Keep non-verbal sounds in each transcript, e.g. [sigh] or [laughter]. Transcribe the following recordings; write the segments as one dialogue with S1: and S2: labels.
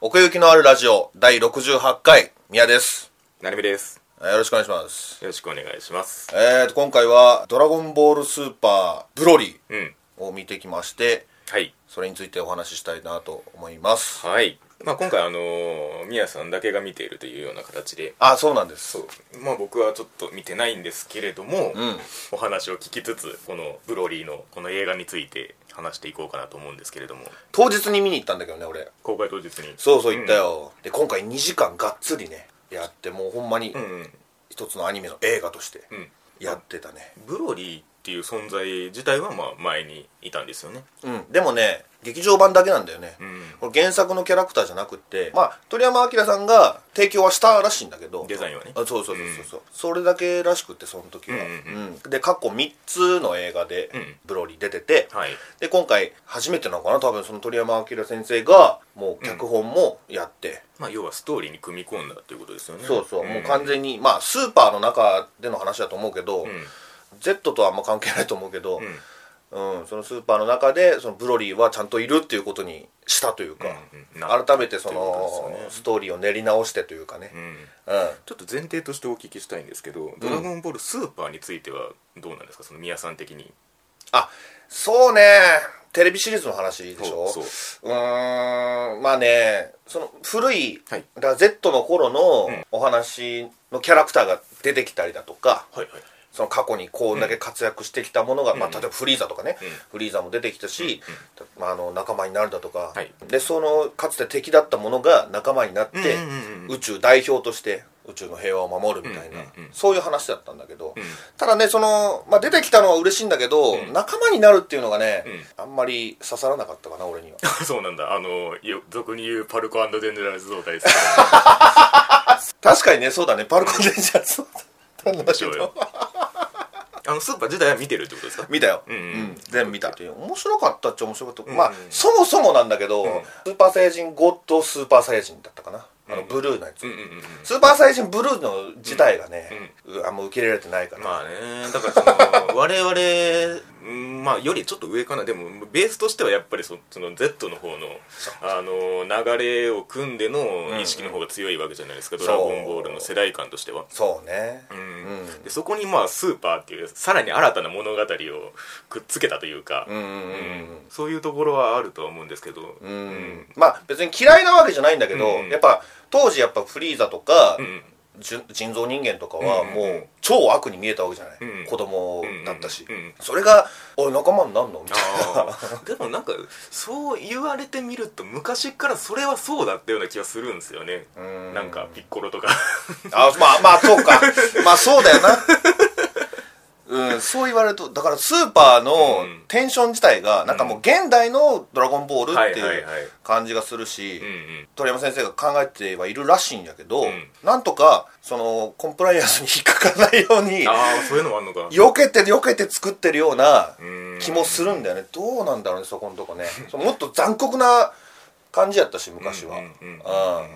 S1: 奥行きのあるラジオ第68回、宮です。
S2: なるみです。
S1: えーよろしくお願いします。
S2: よろしくお願いします。
S1: えーと、今回は、ドラゴンボールスーパーブロリー
S2: うん。
S1: を見てきまして、
S2: はい。
S1: それについてお話ししたいなと思います。
S2: はい。まあ今回あのー、みやさんだけが見ているというような形で、
S1: あ、そうなんです。
S2: そう。まあ僕はちょっと見てないんですけれども、
S1: うん。
S2: お話を聞きつつ、このブロリーのこの映画について話していこうかなと思うんですけれども、
S1: 当日に見に行ったんだけどね、俺。
S2: 公開当日に。
S1: そうそう、行ったよ。で、今回2時間がっつりね、やって、もうほんまに
S2: うん。うん。
S1: 一つのアニメの映画として
S2: うん。
S1: やってたね。
S2: ブロリーっていう存在自体はまあ前にいたんですよね。
S1: うん。でもね、劇場版だけなんだよね。
S2: うん。
S1: これ原作のキャラクターじゃなくって、まあ、鳥山明さんが提供はしたらしいんだけど
S2: デザインはね
S1: あそうそうそうそうそう、それだけらしくってその時は、
S2: うんう
S1: うんで過去3つの映画で
S2: うん
S1: ブロリー出てて、
S2: はい。
S1: で今回初めてなのかな多分その鳥山明先生がもう脚本もやって、
S2: まあ要はストーリーに組み込んだということですよね。
S1: そうそう、もう完
S2: に。
S1: 全にまあスーパーの中での話だと思うけど、
S2: うん。うん。
S1: Z とはあんま関係ないと思うけど、うんそのスーパーの中でそのブロリーはちゃんといるっていうことにしたというか、
S2: うんうんな
S1: 改めてそ
S2: ということ
S1: の
S2: ですよね
S1: ストーリーを練り直してというかね
S2: う、ん。
S1: うん
S2: ちょっと前提としてお聞きしたいんですけど「ドラゴンボールスーパー」についてはどうなんですかその宮さん的に
S1: あそうねテレビシリーズの話でしょ
S2: そう
S1: うーんまあねその古い、
S2: はい
S1: だから Z の頃の
S2: うん
S1: お話のキャラクターが出てきたりだとか、
S2: はいはい
S1: その過去にこんだけ活躍してきたものが、
S2: ん
S1: まあ、
S2: うん
S1: 例えばフリーザとかね、
S2: うん
S1: フリーザも出てきたし、まあ、あの仲間になるだとか、
S2: はい
S1: でそのかつて敵だったものが仲間になって、
S2: うんうんうんうん
S1: 宇宙代表として宇宙の平和を守るみたいな、
S2: うんうんうん
S1: そういう話だったんだけど、
S2: うん
S1: ただねその、まあ、出てきたのは嬉しいんだけど、
S2: うん
S1: 仲間になるっていうのがね、あんまり刺さらなかったかな俺には
S2: [laughs] そうなんだあのよ俗に言うパルコデンジャライズ状態です
S1: 確かにねそうだねパルコデンジャーそうだ
S2: [laughs]
S1: ったんだけ
S2: けど
S1: ど
S2: あのスーパー自体は見てるってことですか
S1: 見たよ、
S2: うんうん
S1: 全部見た面白かったっちゃ面白かった、
S2: うん
S1: まあそもそもなんだけど、
S2: ん
S1: スーパーサイヤ人5とスーパーサイヤ人だったかな、あの
S2: うん
S1: ブルーのやつ、
S2: うんうんうん
S1: スーパーサイヤ人ブルーの自体がね、うあんま受け入れられてないから、
S2: まあねだから [laughs] その我々うんまあよりちょっと上かなでもベースとしてはやっぱりそその Z の方のあの流れを組んでの意識の方が強いわけじゃないですか、
S1: ん
S2: ドラゴンボールの世代観としては
S1: そうね、
S2: うん
S1: うん
S2: でそこにまあスーパーっていうさらに新たな物語をくっつけたというか、
S1: うんうんうん
S2: うんそういうところはあるとは思うんですけど、
S1: うん、
S2: うん
S1: まあ別に嫌いなわけじゃないんだけど、
S2: うんうん
S1: やっぱ当時やっぱフリーザとか、
S2: うん
S1: じゅ人造人間とかは
S2: うんうん
S1: もう超悪に見えたわけじゃない、
S2: うん
S1: 子供だったし、
S2: うんうんうん
S1: それが「おい仲間になんの?」みたい
S2: あ [laughs] ーでもなんかそう言われてみると昔からそれはそうだったような気がするんですよね
S1: なうん
S2: なんかピッコロとか
S1: あまあまあそうかまあそうだよなうん、そう言われるとだからスーパーの
S2: うん
S1: テンション自体がなんかもう現代の「ドラゴンボール」って
S2: はい
S1: い
S2: はいうはい
S1: 感じがするし、
S2: うんうん
S1: 鳥山先生が考えてはいるらしいんやけど、
S2: うん
S1: なんとかそのコンプライアンスに引っかからないように
S2: ああそういうのもあんのか
S1: 避けて避けて作ってるような
S2: うん
S1: 気もするんだよね、どうなんだろうねそこのと
S2: [laughs]
S1: こねそうもっと残酷な感じやったし昔は、
S2: うんうんうんうん
S1: あー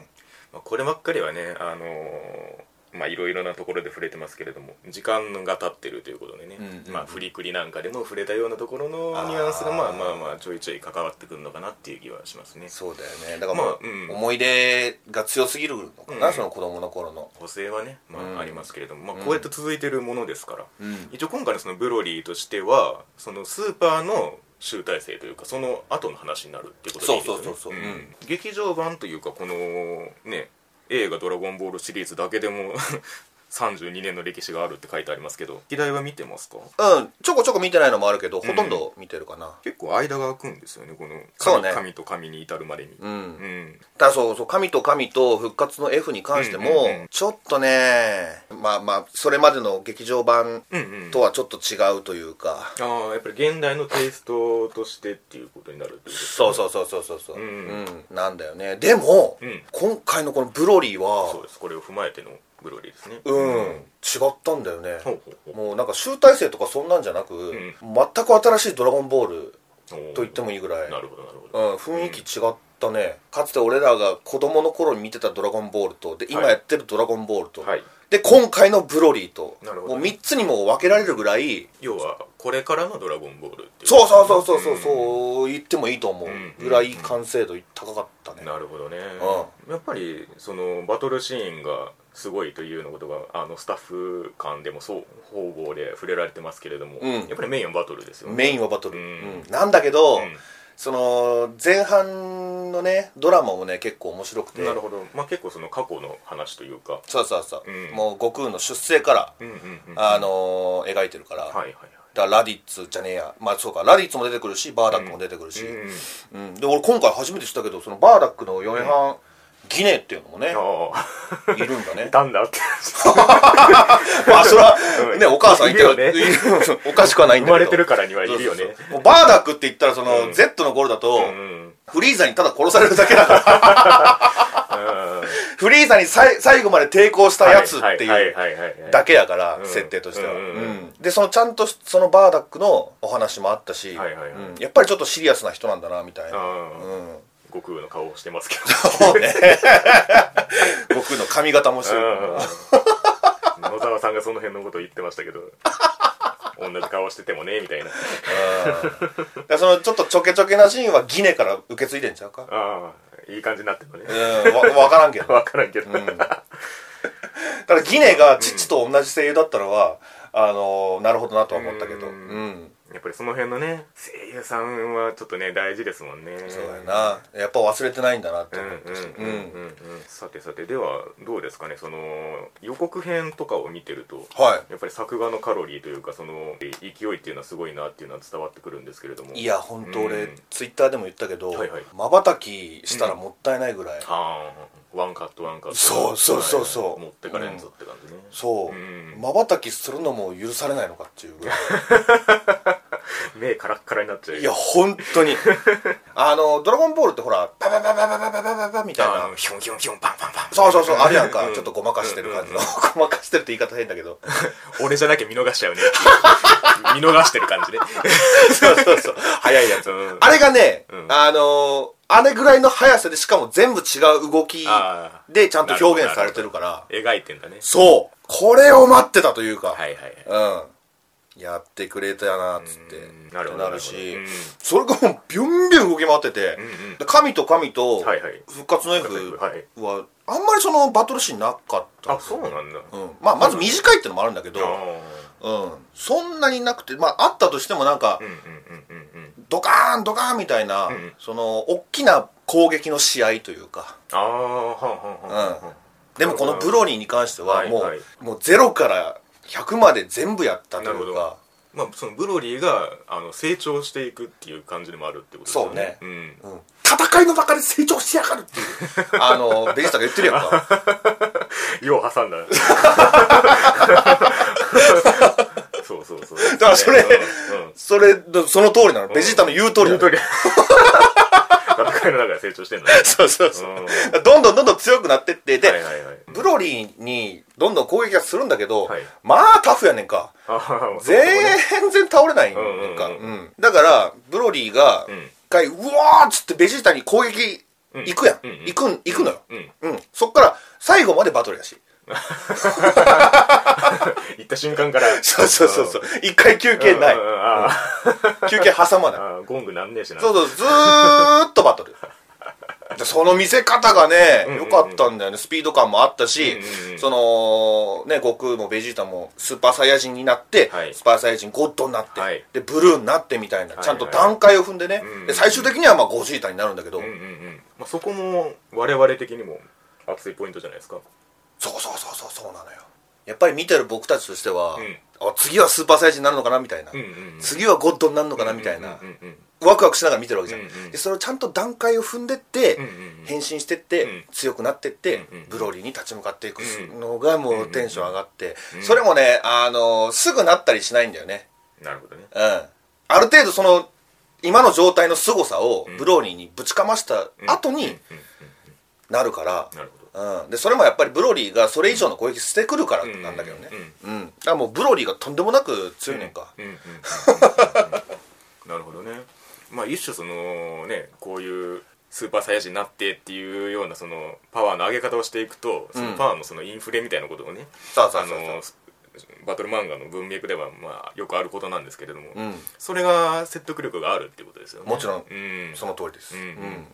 S2: まあ、こればっかりはねあのーまあいろいろなところで触れてますけれども時間が経ってるということでね、
S1: うんうんうん
S2: まあフリクリなんかでも触れたようなところのニュアンスが
S1: あー
S2: まあまあまあちょいちょい関わってくるのかなっていう気はしますね
S1: そうだよねだからもう、
S2: まあうん
S1: 思い出が強すぎるのかな、
S2: うん
S1: その子供の頃の
S2: 補正はね、ま
S1: うん
S2: あ、ありますけれども、まあ、こうやって続いてるものですから、
S1: うん
S2: 一応今回のそのブロリーとしてはそのスーパーの集大成というかその後の話になるっていうことでいいですよね
S1: そうそうそうそううん
S2: 劇場版というかこのね映画「ドラゴンボール」シリーズだけでも [laughs] 32年の歴史があるって書いてありますけど議題は見てますか
S1: うんちょこちょこ見てないのもあるけど
S2: ん
S1: ほとんど見てるかな
S2: 結構間が空くんですよねこの
S1: そう
S2: 神,、
S1: ね
S2: 神と神に至るまでに
S1: うん、
S2: うん
S1: ただそうそう神と神と復活の F に関しても、
S2: うんうんうん
S1: ちょっとねまあまあそれまでの劇場版
S2: うんうん
S1: とはちょっと違うというか、
S2: ああやっぱり現代のテイストとしてっていうことになるっていうことです
S1: そうそうそうそうそうそう、
S2: うん
S1: うんなんだよねでも、
S2: うん
S1: 今回のこのブロリー
S2: そう
S1: は
S2: ですこれを踏まえてのブロリーですね
S1: うん、
S2: うん
S1: 違ったんだよね、
S2: ほうほうほう
S1: もうなんか集大成とかそんなんじゃなく、
S2: ん
S1: 全く新しい「ドラゴンボール」
S2: おー
S1: と言ってもいいぐらい
S2: なるほどなるほ
S1: う
S2: ど
S1: ん、雰囲気違ったね、かつて俺らが子供の頃に見てた「ドラゴンボールと」で今やってる「ドラゴンボールと」
S2: はい
S1: で今回のブロリーと
S2: なるほど
S1: もう3つにも分けられるぐらい
S2: 要はこれからの「ドラゴンボール」っていう
S1: そうそうそうそうそう
S2: うん
S1: そう言ってもいいと思う
S2: うん
S1: ぐらい完成度高かったね
S2: なるほどね
S1: う
S2: やっぱりそのバトルシーンがすごいというようなことがあのスタッフ間でもそう方々で触れられてますけれども、
S1: うん
S2: やっぱりメインはバトルですよね
S1: メインはバトル、
S2: うん
S1: うんなんだけど、
S2: うん
S1: その前半のねドラマもね結構面白くて
S2: なるほど、まあ、結構その過去の話というか、
S1: そうそうそう、
S2: うん
S1: もう悟空の出生から、
S2: うんうんうん、
S1: あのー描いてるから、
S2: はいはいはい
S1: だからラディッツじゃねえやまあそうかラディッツも出てくるしバーダックも出てくるし、
S2: うん
S1: うんで俺今回初めて知ったけどそのバーダックの嫁はん、ギネっていうのもね
S2: あ
S1: いるんだ
S2: あい
S1: ね
S2: たんだって
S1: まあそれは
S2: うん
S1: ねお母さんいて
S2: いるよね
S1: [laughs] おかしくはないん
S2: 生
S1: だけど
S2: まれてるからにはいるよ
S1: そう
S2: ね
S1: そうそうもうバーダックって言ったらその、
S2: うん
S1: Z の頃だと、
S2: う
S1: [laughs]
S2: んうん
S1: フリーザにただ殺されるだけだから
S2: [laughs]
S1: フリーザにさい最後まで抵抗したやつって
S2: は
S1: いう
S2: いはいはいはいはい
S1: だけやから、
S2: うん
S1: 設定としては、
S2: うんうんうん
S1: でそのちゃんとそのバーダックのお話もあったし、
S2: はいはいはい
S1: うんやっぱりちょっとシリアスな人なんだなみたいな、
S2: あ
S1: うん、
S2: あ悟空の顔をしてますけど
S1: そうね僕の髪型もしてる
S2: うん野沢さんがその辺のことを言ってましたけど同じ顔しててもねみたいな
S1: うんだからそのちょっとちょけちょけなシーンはギネから受け継いでんちゃうか
S2: ああいい感じになってるのね
S1: うんわ分からんけど
S2: 分からんけ
S1: う
S2: ど、
S1: んだからギネが父と同じ声優だったのは、あのなるほどなとは思ったけどう
S2: うんん、やっぱりその辺のね声優さんはちょっとね大事ですもんね
S1: そうやなやっぱ忘れてないんだなって
S2: うんう
S1: 思
S2: ん
S1: ったし
S2: うんうんうん、さてさてではどうですかねその予告編とかを見てると
S1: は
S2: やっぱり作画のカロリーというかその勢いっていうのはすごいなっていうのは伝わってくるんですけれども
S1: いいや本当俺、
S2: うん
S1: ツイッターでも言ったけど
S2: はいはい
S1: まばたきしたらもったいないぐらい、
S2: ああワンカットワンカット
S1: そうそうそうそう
S2: はい持ってかれんぞって感じね、
S1: そう
S2: うん
S1: まばたきするのも許されないのかっていうぐらい
S2: 目カラッカラになっちゃう
S1: いや本当にあの「ドラゴンボール」ってほらパパパパパパパパパパみたい
S2: あ
S1: な
S2: のヒョンヒョンヒョンパンパンパン
S1: そうそうそうあれやんか
S2: うん
S1: ちょっとごまかしてる感じ
S2: うん
S1: のごまかしてるって言い方変だけど
S2: 俺じゃなきゃ見逃
S1: [laughs]
S2: しちゃうね見逃してる感じね
S1: そうそうそう
S2: 早いやつ、うん
S1: あれがね
S2: うん
S1: あのーあれぐらいの速さでしかも全部違う動き
S2: あー
S1: でちゃんと表現されてるから
S2: 描いてんだね
S1: そうこれを待ってたというか
S2: はいはいはい
S1: うんやってくれたなっつって
S2: うんなるほど
S1: ってなるし
S2: なるほどうん
S1: それがもうビュンビュン動き回ってて
S2: んうん
S1: で神と神と
S2: はいはい
S1: 復活の F
S2: 復活の F
S1: はあんまりそのバトルシーンなかった
S2: あそうなんだ、あ
S1: うんまあまず短いってのもあるんだけ
S2: あ
S1: どうんそんなになくてまああったとしてもなんか
S2: うんうんうんうんうん
S1: ドカーンドカーンみたいな
S2: うん
S1: その大きな攻撃の試合というか
S2: ああはんはんはんはんはん
S1: でもこのブロニーに関しては
S2: はい
S1: も
S2: はいう
S1: もうゼロから100まで全部やったと
S2: なる
S1: い
S2: ほ
S1: う
S2: ど
S1: か、
S2: まあ、そのブロリーがあの成長していくっていう感じでもあるってことですよね
S1: そう
S2: ね、
S1: うん戦いの中で成長しやがるっていう
S2: [laughs]
S1: あのベジータが言ってるやんか
S2: うん、よう挟んだそうそうそうだ
S1: からそれ
S2: うんうん
S1: それその通りなのベジータの言う通りなの、
S2: 言う通り戦いの中で成長してんのね
S1: [laughs] そうそうそう
S2: うん
S1: どんどんどんどん強くなってってで、
S2: はいはいはい
S1: ブロリーにどんどん攻撃がするんだけど、
S2: はい
S1: まあタフやねんか
S2: あーそう
S1: 全
S2: かもね
S1: 然倒れないんか、
S2: うんうん
S1: うんだからブロリーが
S2: うん
S1: 一回、うわーっつってベジータに攻撃行くやん、
S2: うんうんうん
S1: 行くん行くのよ、
S2: うん
S1: うんそっから最後までバトルやし
S2: 行った瞬間から
S1: そうそうそうそう一回休憩ない
S2: うんうんうんあー
S1: 休憩挟まない
S2: あーゴングなんねえしな
S1: そうそう、ずーっとバトル。その見せ方がね、良かったんだよね。スピード感もあったし
S2: うんうんう、ん
S1: その、ね、悟空もベジータもスーパーサイヤ人になって
S2: はい、
S1: スーパーサイヤ人ゴッドになっ
S2: はい
S1: て、で、ブルーになってみたいな、
S2: い
S1: ちゃんと段階を踏んでね
S2: うんう、ん
S1: で最終的にはまあゴジータになるんだけど
S2: うん、うんうんまあ、そこも我々的にも熱いポイントじゃないですか
S1: そうそうそうそう、そうなのよ。やっぱり見てる僕たちとしては
S2: うん、
S1: あ次はスーパーサイヤ人になるのかなみたいな
S2: うんう、ん
S1: 次はゴッドになるのかなみたいな
S2: う、んうん
S1: ワクワクしながら見てるわけじゃん、
S2: うんうん
S1: でそれをちゃんと段階を踏んでって、
S2: うんうんうん
S1: 変身してって、
S2: うん
S1: 強くなってって、
S2: うんうん
S1: ブロリーに立ち向かっていく
S2: うん
S1: のがもうテンション上がって、
S2: うん
S1: それもね、あのーすぐなったりしないんだよね
S2: うんなるほどね
S1: うんある程度その今の状態の凄さをブローリーにぶちかました後に
S2: うんうん
S1: なるから、
S2: なるほど
S1: うん、でそれもやっぱりブロリーがそれ以上の攻撃してくるからなんだけどね、うんだからもうブロリーがとんでもなく強いねんか、
S2: うんうんうんなるほどねまあ一種そのねこういうスーパーサイヤ人になってっていうようなそのパワーの上げ方をしていくとそのパワーのそのインフレみたいなことをね、
S1: そうそ
S2: あ
S1: うそうそう
S2: のバトル漫画の文脈ではまあよくあることなんですけれども、
S1: うん
S2: それが説得力があるっていうことですよね
S1: もちろん
S2: うん
S1: その通りです、
S2: うんうん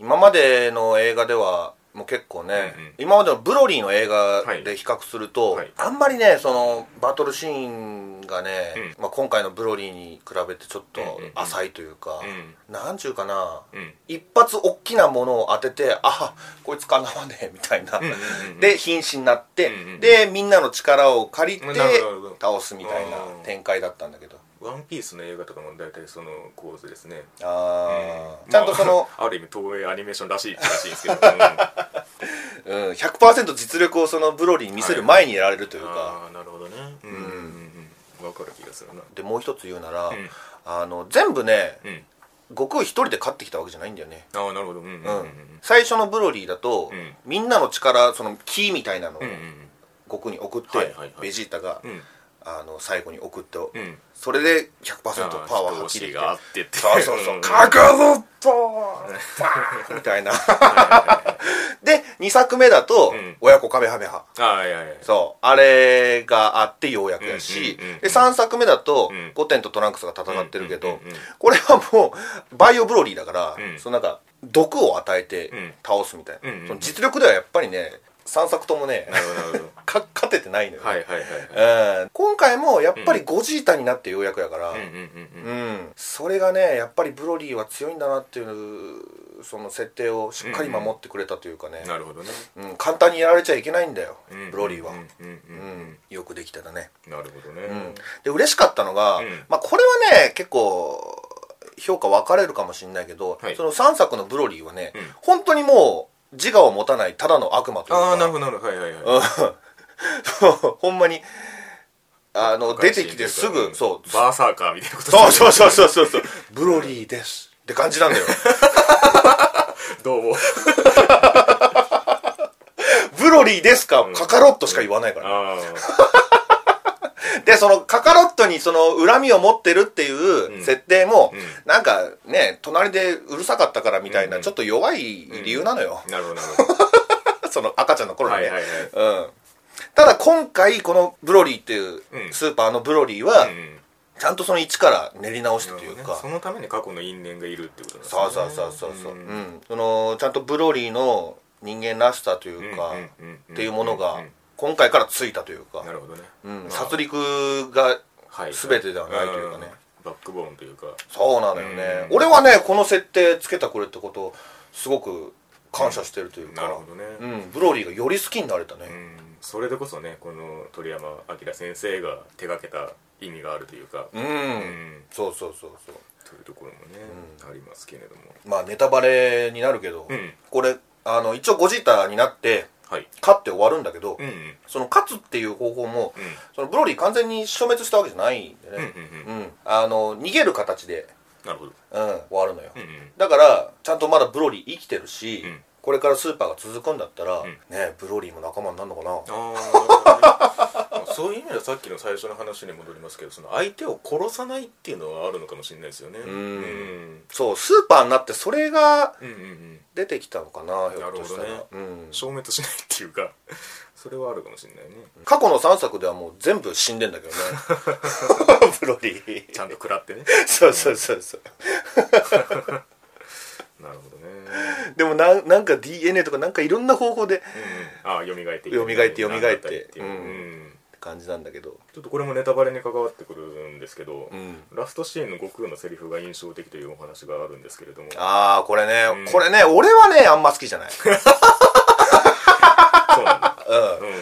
S1: 今までの映画ではもう結構ね、
S2: うんうん
S1: 今までのブロリーの映画
S2: はい
S1: で比較すると、
S2: はい
S1: あんまりねそのバトルシーンがね、
S2: う
S1: まあ、今回のブロリーに比べてちょっと
S2: うんうんうん
S1: 浅いというか、
S2: う
S1: なんちゅうかな、
S2: うん
S1: 一発大きなものを当ててあこいつかなわねえみたいな、
S2: うんうんうん
S1: で瀕死になって、
S2: うんうん
S1: でみんなの力を借りて
S2: なるほどなるほど
S1: 倒すみたいな
S2: うん
S1: 展開だったんだけど
S2: ワンピースの映画とかも大体その構図ですね
S1: あー、
S2: う
S1: ちゃんとその、
S2: [laughs] まあある意味東映アニメーションらしいらしいんですけど、うん、あ
S1: うん、100%実力をそのブロリーに見せる前にやられるというか、
S2: あーなるほどねうんうんうんわかる気がするな
S1: でもう一つ言うなら、
S2: ん
S1: あの全部ね
S2: うん
S1: 悟空一人で勝ってきたわけじゃないんだよね、
S2: ああなるほどうんうんうんう
S1: うん
S2: ん
S1: 最初のブロリーだと、
S2: うん
S1: みんなの力そのキーみたいなのを
S2: うん
S1: 悟空に送って、
S2: はいはいはい
S1: ベジータが、
S2: うん
S1: あの最後に送って、
S2: うんうん
S1: それで100%
S2: ああ
S1: パワー発揮
S2: 人押
S1: で
S2: し
S1: きて
S2: があってって
S1: そうそうそう「
S2: [laughs] ん
S1: 覚悟とバーン!」み
S2: [laughs]
S1: たいなで2作目だと、
S2: うん
S1: 親子カメハメハ
S2: ああいやいや
S1: そうあれがあってようやくやし、
S2: うんうんうんうん
S1: で3作目だと、
S2: うん
S1: ゴテンとトランクスが戦ってるけど、
S2: うんうんうんうん
S1: これはもうバイオブロリーだから、
S2: うん
S1: そのなんか毒を与え
S2: う
S1: て
S2: ん
S1: 倒すみたいな、
S2: うんうん
S1: その実力ではやっぱりね3作ともね
S2: なるほどなるほど
S1: か勝ててないのよ、
S2: はいはいはいはい
S1: うん、今回もやっぱりゴジータになってようやくやから、
S2: うんうんうんうん
S1: うん、それがねやっぱりブロリーは強いんだなっていうその設定をしっかり守ってくれたというかね、
S2: なるほどね
S1: うん簡単にやられちゃいけないんだよ、
S2: うん
S1: ブロリーは、
S2: うんうんう
S1: うんん、よくできてたね、
S2: なるほど
S1: う
S2: ね
S1: ん、で嬉しかったのが、
S2: うん
S1: まあ、これはね結構評価分かれるかもしれないけど、
S2: はい
S1: その3作のブロリーはね、
S2: うん
S1: 本当にもう自我を持たないただの悪魔というか
S2: ああなるほどなるほどはいはいはい
S1: [laughs] うんほんまにあの出てきてすぐ
S2: [laughs]
S1: そう
S2: バーサーカーみたいなこと
S1: そうそううそうそうそうそうブロリーですって感じなん
S2: [laughs]
S1: だよ
S2: どうも
S1: ブロリーですか
S2: ん
S1: カカロットしか言わないから、
S2: あ
S1: でそのカカロットにその恨みを持ってるっていううん設定も、
S2: うん
S1: なんかね隣でうるさかったからみたいな、
S2: うん
S1: ちょっと弱い理由なのよ
S2: あ、なるほどなるほ
S1: [laughs]
S2: ど
S1: その赤ちゃんの頃に
S2: は
S1: ね、
S2: いはいはい
S1: うんただ今回このブロリーっていう
S2: うん
S1: スーパーのブロリーは
S2: うんうん
S1: ちゃんとその一から練り直し
S2: な
S1: たと
S2: るほ
S1: い
S2: ど
S1: う
S2: ね
S1: か、
S2: そのために過去の因縁がいるってことなんですね
S1: そうそうそうそうそう、うんんそのちゃんとブロリーの人間らしさというか、
S2: うんうんうんうん
S1: っていうもの
S2: うん
S1: が
S2: うん
S1: 今回からついたというか
S2: な、るほどね
S1: うん
S2: まあ
S1: 殺戮が
S2: はい
S1: 全てではないというかね
S2: んバックボーンというか
S1: そうなのよね、
S2: うん
S1: 俺はねこの設定つけたくれってことすごく感謝してるというか、
S2: なるほどね
S1: うん、ブロリーがより好きになれたね、
S2: うんそれでこそねこの鳥山明先生が手がけた意味があるというか
S1: うん
S2: うん
S1: そうそうそうそう
S2: というところもねありますけれども
S1: まあネタバレになるけど、
S2: うん
S1: これあの一応ゴジータになって
S2: はい
S1: 勝って終わるんだけど、
S2: うんうん
S1: その勝つっていう方法も、
S2: うん
S1: そのブロリー完全に消滅したわけじゃないんでね、
S2: うん
S1: うんあの逃げる形で、
S2: なるほど
S1: うん、終わるのよ、
S2: うんうん
S1: だからちゃんとまだブロリー生きてるし、
S2: うん
S1: これからスーパーが続くんだったら、
S2: ん
S1: ねブロリーも仲間になるのかな
S2: ああ [laughs] そういう意味ではさっきの最初の話に戻りますけどその相手を殺さないっていうのはあるのかもしれないですよねうんん
S1: そうスーパーになってそれが
S2: うんうんうん
S1: 出てきたのかなひょっとしたら、
S2: なるほ
S1: うん、
S2: 消滅しないっていうかそれはあるかもしれないね
S1: 過去の3作ではもう全部死んでんだけどね [laughs] ブロリー
S2: ちゃんと食らってね
S1: そうそうそうそう
S2: なるほどね
S1: でもなんなんか DNA とかなんかいろんな方法でっ
S2: うんああ蘇って
S1: 蘇って蘇って
S2: たりっていううんうん
S1: て感じなんだけど
S2: ちょっとこれもネタバレに関わってくるんですけど
S1: うん
S2: ラストシーンの悟空のセリフが印象的というお話があるんですけれども
S1: ああこれね、
S2: うん
S1: これね俺はねあんま好きじ
S2: [laughs]
S1: ゃない、
S2: そうなんだ
S1: うん、
S2: うん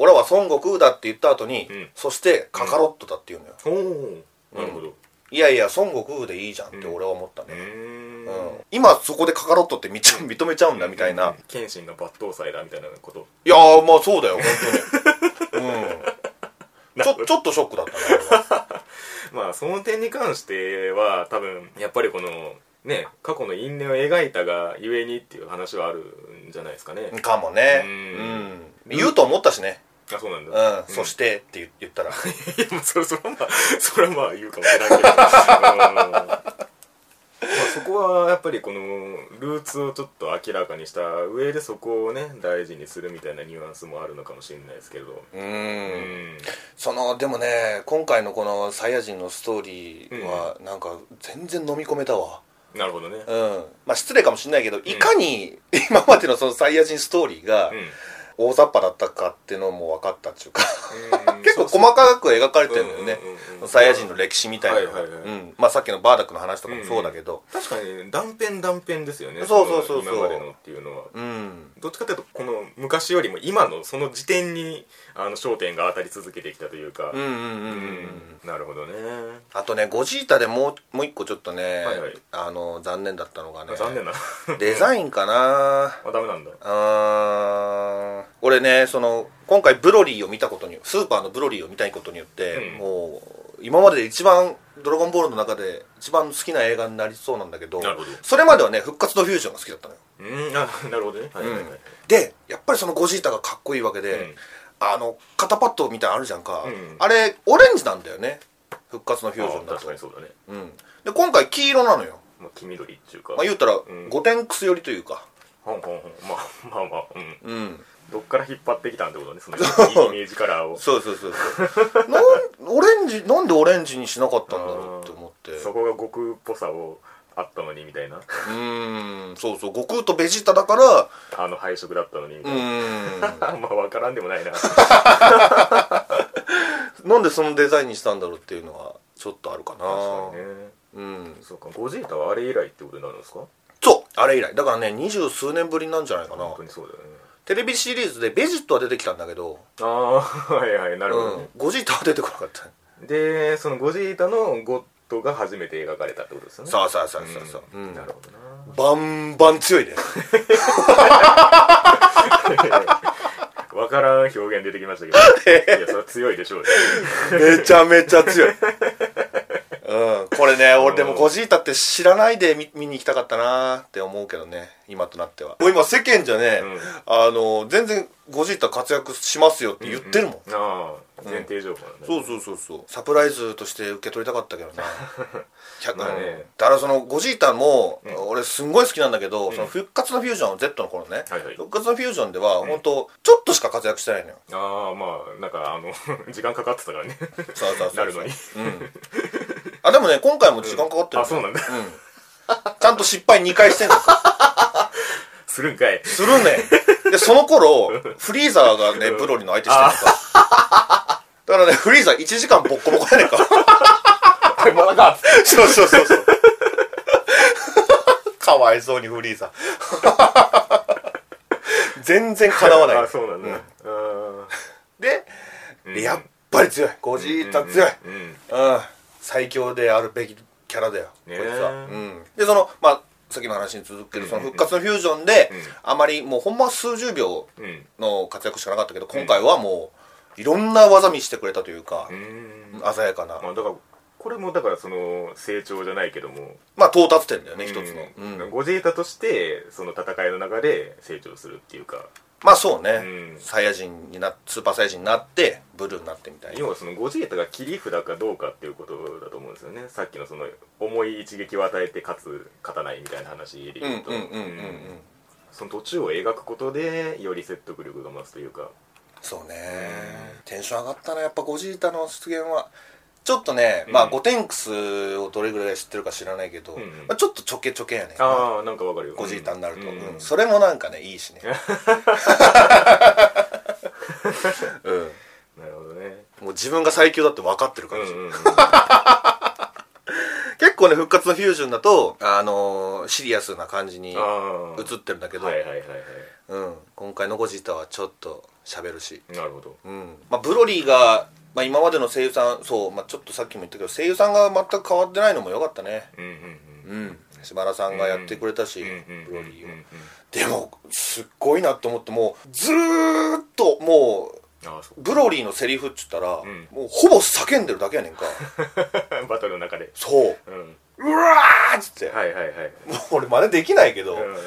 S1: 俺は孫悟空だって言った後に、
S2: うん
S1: そしてカカロットだって言うのよ、
S2: おおなるほど
S1: いやいや孫悟空でいいじゃんって俺は思った
S2: う
S1: ね、
S2: ー
S1: うん
S2: ん
S1: 今そこでカカロットって認め認めちゃうんだみたいな、い
S2: 謙信が抜刀斎だみたいなこと
S1: やーまあそうだよ本
S2: [laughs]
S1: 当にうんち
S2: なるほ
S1: ょ
S2: ど
S1: ちょっとショックだったね俺は
S2: [laughs] まあその点に関しては多分やっぱりこのね過去の因縁を描いたがゆえにっていう話はあるんじゃないですかね、
S1: かもね
S2: う
S1: うんん、言うと思ったしね、
S2: あそうなん
S1: う
S2: だ、
S1: ん、
S2: [laughs]
S1: そしてって言言ったら
S2: いやもうそれそれはまあそれはまあ言うかもしれないけど、うんまあそこはやっぱりこのルーツをちょっと明らかにした上でそこをね大事にするみたいなニュアンスもあるのかもしれないですけど
S1: う
S2: う
S1: ーん
S2: ん
S1: そのでもね今回のこの「サイヤ人」のストーリーはなんか全然飲み込めたわ
S2: なるほどね
S1: うんまあ失礼かもしれないけどいかに [laughs] 今までのそのサイヤ人ストーリーが
S2: うん
S1: 大雑把だったかっていうのも分かったっていうか
S2: うん
S1: 結構
S2: そうそう
S1: 細かく描かれてるんだよね
S2: うんうんうんうん
S1: サイヤ人の歴史みたいなのが
S2: はいはいはい
S1: うんまあさっきのバーダックの話とかもそうだけど
S2: 確かに断片断片ですよね
S1: そうそうそうそう
S2: の今までのっていうのは
S1: うん
S2: どっちかというとこの昔よりも今のその時点にあの焦点が当たり続けてきたというか
S1: うんうんうんう
S2: うんなるほどね
S1: あとねゴジータでもうもう一個ちょっとね
S2: はいはい
S1: あの残念だったのがね
S2: 残念な [laughs]
S1: デザインかな
S2: あダメなんだ
S1: うーん俺ねその今回ブロリーを見たことにスーパーのブロリーを見たいことによって、
S2: うん
S1: もう今までで一番「ドラゴンボール」の中で一番好きな映画になりそうなんだけど
S2: なるほど
S1: それまではね復活とフュージョンが好きだったのよ、
S2: うんあなるほどねはいはいはい
S1: うんでやっぱりそのゴジータがかっこいいわけで、
S2: うん
S1: あの肩パッドみたいなのあるじゃんか、
S2: うん
S1: あれオレンジなんだよね復活のフュージョ
S2: あ
S1: ンだ
S2: 確
S1: と
S2: かにそうだね
S1: うん、で今回黄色なのよ、
S2: まあ黄緑っていうか
S1: まあ、言ったら
S2: ん
S1: ゴテンクス寄りというか
S2: ほんほんほんまあまあまあうん
S1: うん
S2: どっから引っ張ってきたんってことねその
S1: そう
S2: イメージカラーを
S1: そうそうそうそう [laughs] なんオレンジなんでオレンジにしなかったんだろうって思って
S2: そこが悟空っぽさをあったのにみたいな
S1: うーんそうそう悟空とベジータだから
S2: あの配色だったのにみ
S1: う
S2: たいな
S1: ー
S2: [laughs] あまあ分からんでもないな
S1: んなんでそのデザインにしたんだろうっていうのはちょっとあるかな
S2: 確かにね
S1: うん
S2: そうかゴジータはあれ以来ってことになるんですか
S1: そうあれ以来だからね二十数年ぶりなんじゃないかな
S2: 本当にそうだよね
S1: テレビシリーズでベジットは出てきたんだけど、
S2: ああ [laughs] はいはいなるほど
S1: う
S2: ね
S1: ん、、ゴジータは出てこなかった
S2: でそのゴジータのゴッドが初めて描かれたってことですよね
S1: そうそうそうそうそう、
S2: う
S1: うんん
S2: なるほどな
S1: バンバン強いね
S2: 分からん表現出てきましたけ
S1: [laughs]
S2: どいやそれは強いでしょうね
S1: めちゃめちゃ [laughs] 強い。うん、これね、俺でもゴジータって知らないで見見に行きたかったなーって思うけどね、今となっては。もう今世間じゃね、
S2: うん
S1: あの、全然ゴジータ活躍しますよって言ってるもん。
S2: ああ前提情報なんだ、
S1: そうそうそうそうサプライズとして受け取りたかったけどな [laughs] 100
S2: まあね
S1: だからそのゴジータも、
S2: ん
S1: 俺すんごい好きなんだけど、その復活のフュージョン Z の頃ね、
S2: はいはい
S1: 復活のフュージョンでは本当ちょっとしか活躍してないのよ
S2: ああまあなんかあの [laughs] 時間かかって
S1: [laughs]
S2: たからね
S1: そうそうそうそう
S2: なるのに
S1: うんあでもね今回も時間かかってる
S2: あそうなんだ
S1: うんちゃんと失敗2回してん [laughs] の
S2: するんかい
S1: するねでその頃フリーザーがねブロリの相手してるのさだからねフリーザー1時間ボッコボコやねんか
S2: あれまだか
S1: そうそうそうそう [laughs] かわいそうにフリーザー [laughs] 全然かなわな
S2: あ
S1: い
S2: そうなんだ、あ
S1: で
S2: ー
S1: でやっぱり強いゴジータ強い、
S2: うんうんうん
S1: うん、最強であるべきキャラだよ、
S2: ねえ
S1: こいつは、うん、でそのまあさっきの話に続くけどその復活のフュージョンで、
S2: うん
S1: あまりもうほんま数十秒
S2: うん
S1: の活躍しかなかったけど今回はもういろんな技見してくれたというか
S2: う、ん
S1: 鮮やかな、
S2: まあだからこれもだからその成長じゃないけども
S1: まあ到達点だよね、一つの、
S2: うん
S1: うん
S2: ゴジータとしてその戦いの中で成長するっていうか
S1: まあそうね、
S2: うん
S1: サイヤ人になスーパーサイヤ人になってブルーになってみたいな
S2: 要はそのゴジータが切り札かどうかっていうことだと思うんですよねさっきのその重い一撃を与えて勝つ勝たないみたいな話で
S1: うんう
S2: 言
S1: ん
S2: うと
S1: うんうんうん、
S2: うんその途中を描くことでより説得力が増すというか
S1: そうね、テンション上がったなやっぱゴジータの出現はちょっとね、ま
S2: う
S1: あ
S2: ん
S1: ゴテンクスをどれぐらい知ってるか知らないけど、
S2: うんうん
S1: まあ、ちょっとちょけちょけやね
S2: ああなんかわかるよ
S1: ゴジータになると、
S2: うん
S1: うんそれもなんかねいい
S2: [laughs]
S1: しねうん
S2: なるほどね
S1: もう自分が最強だって分かってる
S2: う
S1: か
S2: ん
S1: ら、 [laughs]
S2: うんうん
S1: 結構ね復活のフュージョンだと、あのーシリアスな感じに映
S2: ああ
S1: ってるんだけど、
S2: はいはいはいは
S1: うん、今回のゴジータはちょっと喋るし
S2: いなるほど
S1: うんまあ、ブロリーが、まあ、今までの声優さんそう、まあ、ちょっとさっきも言ったけど声優さんが全く変わってないのも良かったね
S2: うんうんうん
S1: うん島田さんがやってくれたし、
S2: うん
S1: ブロリーを、
S2: うんうんうん
S1: でもすっごいなって思ってもうずーっとも
S2: ああそう
S1: うブロリーのセリフっつったら、
S2: ん
S1: もうほぼ叫んでるだけやねん
S2: [laughs]
S1: か
S2: バトルの中で
S1: そう
S2: うん
S1: うわーっつって、
S2: はいはいはい
S1: もう俺真似できないけど、
S2: うん
S1: ず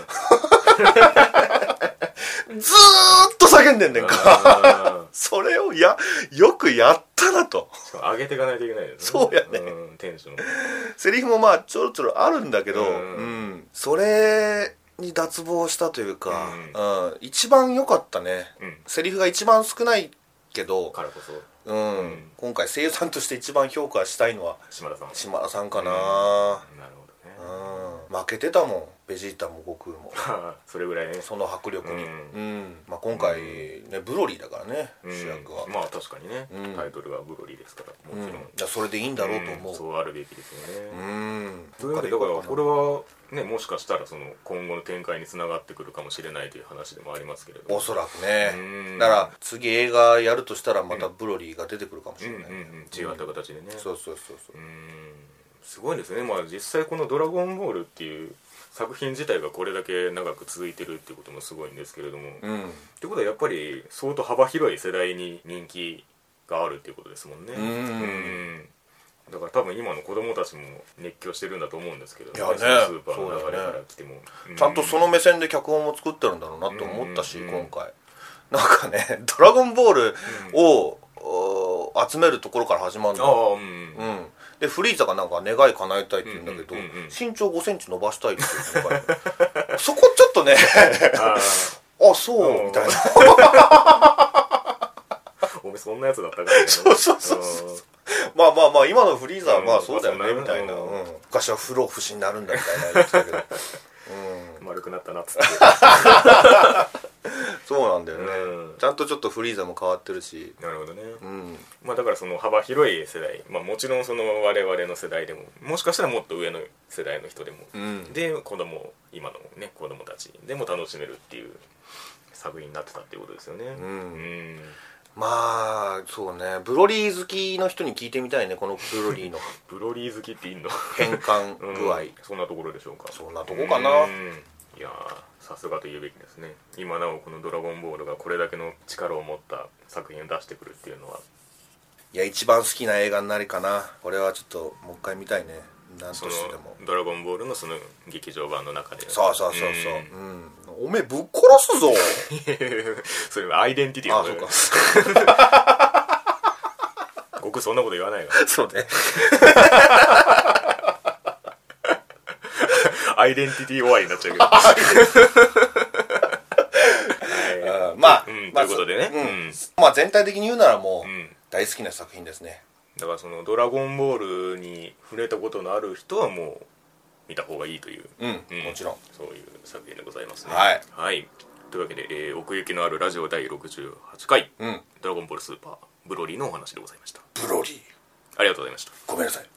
S1: ーっと叫んでんねんか
S2: あ
S1: [laughs] それをやよくやっったなと [laughs]
S2: しかも上げていかないといけないよね
S1: そうやね
S2: うんテンション
S1: セリフもまあちょろちょろあるんだけど、う
S2: うんん
S1: それに脱帽したというか、う
S2: うん
S1: 一番良かったね
S2: うん
S1: セリフが一番少ないけど、
S2: からこそ
S1: うん
S2: うん
S1: 今回声優さんとして一番評価したいのは
S2: 島田さん
S1: 島田さんかな、
S2: なるほどね
S1: うん負けてたもんベジータも悟空も
S2: それぐらいね
S1: その迫力に、う
S2: うんん
S1: まあ、今回ねブロリーだからね、主役は、
S2: うんまあ確かにね
S1: うん
S2: タイトルはブロリーですから
S1: うん
S2: もちろん
S1: いやそれでいいんだろうと思う、
S2: んそうあるべきですよね
S1: うん
S2: そういうわけでだからこれはねもしかしたらその今後の展開につながってくるかもしれないという話でもありますけれど
S1: お
S2: も
S1: そらくね
S2: うん
S1: だから次映画やるとしたらまたブロリーが出てくるかもし
S2: うん
S1: れ
S2: う
S1: な
S2: ん
S1: い、
S2: うん違った形でね
S1: そうそうそうそう
S2: うーんすごいですねまあ実際この「ドラゴンボール」っていう作品自体がこれだけ長く続いてるっていうこともすごいんですけれども、って
S1: うん
S2: ことはやっぱり相当幅広い世代に人気があるっていうことですもんね
S1: うーん
S2: んだから多分今の子供たちも熱狂してるんだと思うんですけど、
S1: いやね
S2: そのスーパーの流れか
S1: そうだよ
S2: ら
S1: ね
S2: 来ても、
S1: ちゃんとその目線で脚本も作ってるんだろうなと思ったし、
S2: うん
S1: 今回なんかね [laughs] 「ドラゴンボールを」お集めるところから始まる
S2: ああ
S1: の
S2: う
S1: う
S2: ん、
S1: ん、でフリーザがなんか願い叶えたいって言うんだけど、
S2: うんうんうんうん
S1: 身長5センチ伸ばしたいっていうのがそこちょっとね [laughs]
S2: ああ
S1: あそうみたいな
S2: おめそんなやつだったから、ね、
S1: そうそうそうそうまあまあまあ今のフリーザはまあ
S2: うん
S1: そうだよね
S2: まあ
S1: みたいな、
S2: そん
S1: う
S2: な
S1: ん昔は不老不死になるんだみたいな言ってたけどうん
S2: うん丸くなったなっつって
S1: [laughs] そうなんだよね、
S2: うん
S1: ちゃんとちょっとフリーザも変わってるし
S2: なるほどね、
S1: うん
S2: まあ、だからその幅広い世代、まあ、もちろんその我々の世代でももしかしたらもっと上の世代の人でも、
S1: うん
S2: で子供今のね子供たちでも楽しめるっていう作品になってたっていうことですよねうんん
S1: まあそうねブロリー好きの人に聞いてみたいねこのブロリーの
S2: ブロリー好きっていんの
S1: 変換
S2: うん
S1: 具合、
S2: [laughs] そんなところでしょうか
S1: そんなとこかな
S2: うんいやーさすがと言うべきですね今なおこの「ドラゴンボール」がこれだけの力を持った作品を出してくるっていうのはい
S1: や一番好きな映画になりかなこれはちょっともう一回見たいね何
S2: そ
S1: と
S2: の
S1: してでも
S2: 「ドラゴンボール」のその劇場版の中で
S1: そうそうそうそ
S2: ん
S1: ううん、おめえぶっ殺すぞ
S2: [laughs] それはアイデンティティ
S1: あ
S2: の
S1: そうか [laughs]
S2: 僕そんなこと言わないわ
S1: そうね
S2: アイデンティティ終わりになっちゃう
S1: [laughs]
S2: けどはい
S1: うんまあ、
S2: うん
S1: まあ
S2: ということでね
S1: そうん
S2: うん
S1: まあ全体的に言うならもう、
S2: うん
S1: 大好きな作品ですね
S2: だからその「ドラゴンボール」に触れたことのある人はもう見た方がいいという、
S1: うん、
S2: う
S1: もちろん
S2: そういう作品でございますね
S1: はい、
S2: というわけで、えー奥行きのあるラジオ第68回「
S1: うん
S2: ドラゴンボールスーパーブロリー」のお話でございました
S1: ブロリー
S2: ありがとうございました
S1: ごめんなさい